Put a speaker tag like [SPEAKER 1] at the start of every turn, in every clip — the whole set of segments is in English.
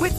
[SPEAKER 1] With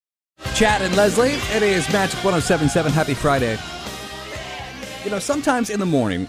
[SPEAKER 2] Chad and Leslie, it is Magic 1077. Happy Friday. You know, sometimes in the morning,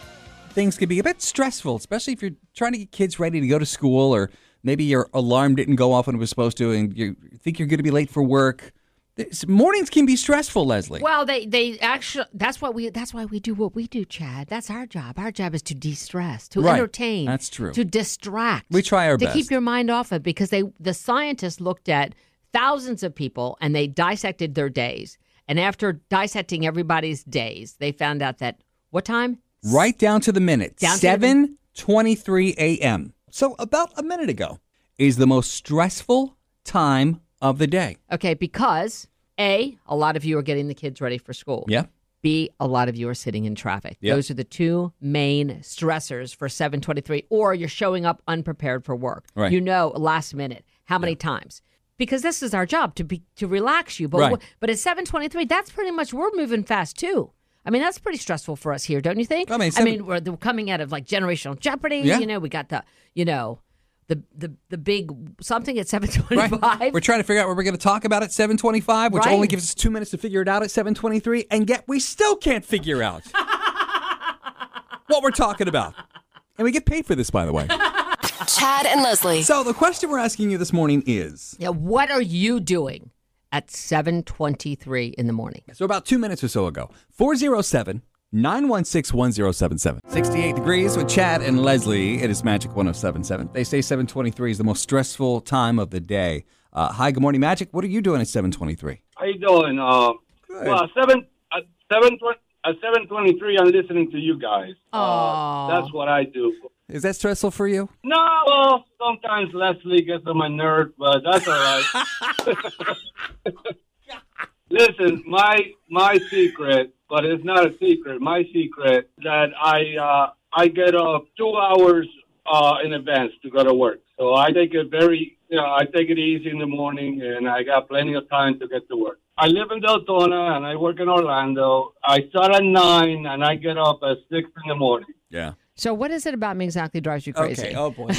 [SPEAKER 2] things can be a bit stressful, especially if you're trying to get kids ready to go to school or maybe your alarm didn't go off when it was supposed to and you think you're going to be late for work. This- mornings can be stressful, Leslie.
[SPEAKER 3] Well, they they actually that's what we that's why we do what we do, Chad. That's our job. Our job is to de-stress, to
[SPEAKER 2] Right.
[SPEAKER 3] entertain.
[SPEAKER 2] That's true.
[SPEAKER 3] To distract.
[SPEAKER 2] We try our
[SPEAKER 3] to
[SPEAKER 2] best.
[SPEAKER 3] keep your mind off it because they the scientists looked at thousands of people and they dissected their days. And after dissecting everybody's days, they found out that what time?
[SPEAKER 2] right down to the minute,
[SPEAKER 3] Down to the
[SPEAKER 2] seven twenty-three a.m. So about a minute ago is the most stressful time of the day.
[SPEAKER 3] Okay, because A, a lot of you are getting the kids ready for school.
[SPEAKER 2] Yeah.
[SPEAKER 3] B, a lot of you are sitting in traffic.
[SPEAKER 2] Yep.
[SPEAKER 3] Those are the two main stressors for 723, or you're showing up unprepared for work.
[SPEAKER 2] Right.
[SPEAKER 3] You know, last minute, how many times? Because this is our job to be to relax you. But
[SPEAKER 2] Right.
[SPEAKER 3] wh- but at 723, that's pretty much we're moving fast too. I mean, that's pretty stressful for us here, don't you think?
[SPEAKER 2] I mean,
[SPEAKER 3] I
[SPEAKER 2] seven-
[SPEAKER 3] mean, we're the- coming out of like generational jeopardy.
[SPEAKER 2] Yeah.
[SPEAKER 3] You know, we got the, you know, the the the big something at 725.
[SPEAKER 2] We're trying to figure out what we're going to talk about at 7:25, which
[SPEAKER 3] Right.
[SPEAKER 2] only gives us 2 minutes to figure it out at 7:23, and yet we still can't figure out what we're talking about. And we get paid for this, by the way.
[SPEAKER 4] Chad and Leslie.
[SPEAKER 2] So the question we're asking you this morning is:
[SPEAKER 3] Yeah, what are you doing at 7:23 in the morning?
[SPEAKER 2] so about two minutes or so ago, 407 916 1077. 68 degrees with Chad and Leslie. It is Magic 1077. They say 723 is the most stressful time of the day. Uh, hi, good morning, Magic. What are you doing at 723?
[SPEAKER 5] How you doing? Uh,
[SPEAKER 2] Good.
[SPEAKER 5] Well, seven at seven twen- at seven twenty three. I'm listening to you guys. Uh, that's what I do.
[SPEAKER 2] Is that stressful for you?
[SPEAKER 5] No, well, sometimes Leslie gets on my nerve, but that's all right. Listen, my my secret, but it's not a secret. My secret that I uh, I get up two hours uh, in advance to go to work, so I take it very you know, I take it easy in the morning, and I got plenty of time to get to work. I live in Deltona, and I work in Orlando. I start at nine, and I get up at six in the morning.
[SPEAKER 2] Yeah.
[SPEAKER 3] So what is it about me exactly drives you crazy?
[SPEAKER 2] Okay. Oh boy.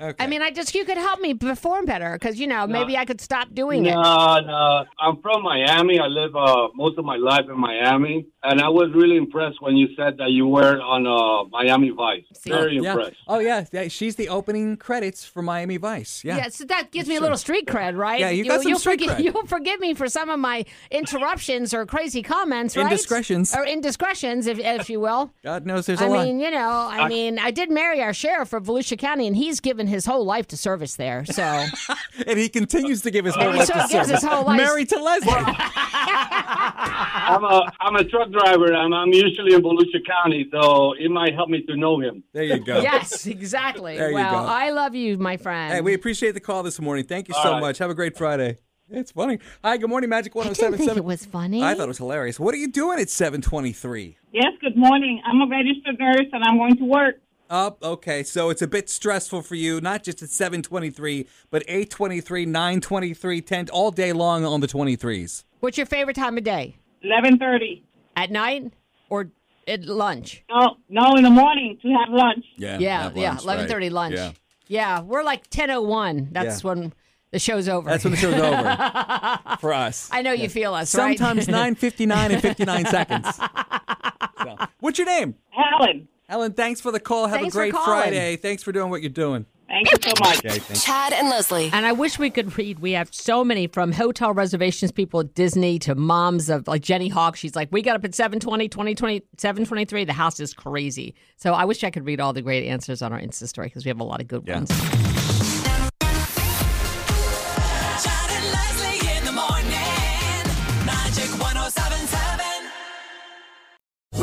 [SPEAKER 2] okay.
[SPEAKER 3] I mean, I just you could help me perform better because you know maybe I could stop doing it.
[SPEAKER 5] No, no. I'm from Miami. I live uh, most of my life in Miami, and I was really impressed when you said that you were on uh, Miami Vice. Very
[SPEAKER 2] yeah.
[SPEAKER 5] impressed.
[SPEAKER 2] Oh yeah. yeah. She's the opening credits for Miami Vice. Yeah.
[SPEAKER 3] Yeah, so that gives me a little street cred, right?
[SPEAKER 2] Yeah, you got some
[SPEAKER 3] will
[SPEAKER 2] street
[SPEAKER 3] forgive,
[SPEAKER 2] cred.
[SPEAKER 3] You'll forgive me for some of my interruptions or crazy comments, right?
[SPEAKER 2] Indiscretions.
[SPEAKER 3] or indiscretions, if if you will.
[SPEAKER 2] God knows there's a
[SPEAKER 3] I
[SPEAKER 2] lot.
[SPEAKER 3] mean, you know, I, mean, I did marry our sheriff of Volusia County, and he's given his whole life to service there. So
[SPEAKER 2] and he continues to give his whole
[SPEAKER 3] And he
[SPEAKER 2] life
[SPEAKER 3] sort
[SPEAKER 2] to
[SPEAKER 3] of gives
[SPEAKER 2] service.
[SPEAKER 3] his whole life-
[SPEAKER 2] Married to Leslie.
[SPEAKER 5] I'm a I'm a truck driver, and I'm usually in Volusia County, so it might help me to know him.
[SPEAKER 2] there you go.
[SPEAKER 3] yes, exactly.
[SPEAKER 2] Oh. There you
[SPEAKER 3] well,
[SPEAKER 2] go.
[SPEAKER 3] I love you, my friend.
[SPEAKER 2] Hey, we appreciate the call this morning. Thank you so
[SPEAKER 5] right.
[SPEAKER 2] much. Have a great Friday. It's funny. Hi, good morning, Magic
[SPEAKER 3] I didn't
[SPEAKER 2] 1077.
[SPEAKER 3] think it was funny.
[SPEAKER 2] I thought it was hilarious. What are you doing at 723?
[SPEAKER 6] Yes, good morning. I'm a registered nurse and I'm going to work.
[SPEAKER 2] Up. Okay, so it's a bit stressful for you, not just at 723, but 823, 923, 10, all day long on the 23s.
[SPEAKER 3] What's your favorite time of day?
[SPEAKER 6] 11:30.
[SPEAKER 3] At night or at lunch?
[SPEAKER 6] No, no, in the morning to have lunch.
[SPEAKER 3] yeah, yeah, eleven thirty lunch. Yeah. we're like ten oh one. That's
[SPEAKER 2] Yeah.
[SPEAKER 3] when the show's over.
[SPEAKER 2] That's when the show's over for us.
[SPEAKER 3] I know you feel us. right?
[SPEAKER 2] Sometimes 9.59 and 59 seconds. So, What's your name?
[SPEAKER 6] Helen,
[SPEAKER 2] Ellen, thanks for the call. Have a
[SPEAKER 3] Thanks for
[SPEAKER 2] great
[SPEAKER 3] calling.
[SPEAKER 2] Friday. Thanks for doing what you're doing.
[SPEAKER 6] thank you so much.
[SPEAKER 4] Chad and Leslie.
[SPEAKER 3] And I wish we could read. We have so many from hotel reservations people at Disney to moms of like Jenny Hawk. She's like, we got up at 720, 2020, 723. The house is crazy. So I wish I could read all the great answers on our Insta story because we have a lot of good
[SPEAKER 2] Yeah.
[SPEAKER 3] ones.
[SPEAKER 4] Chad and Leslie in the morning. Magic 1077.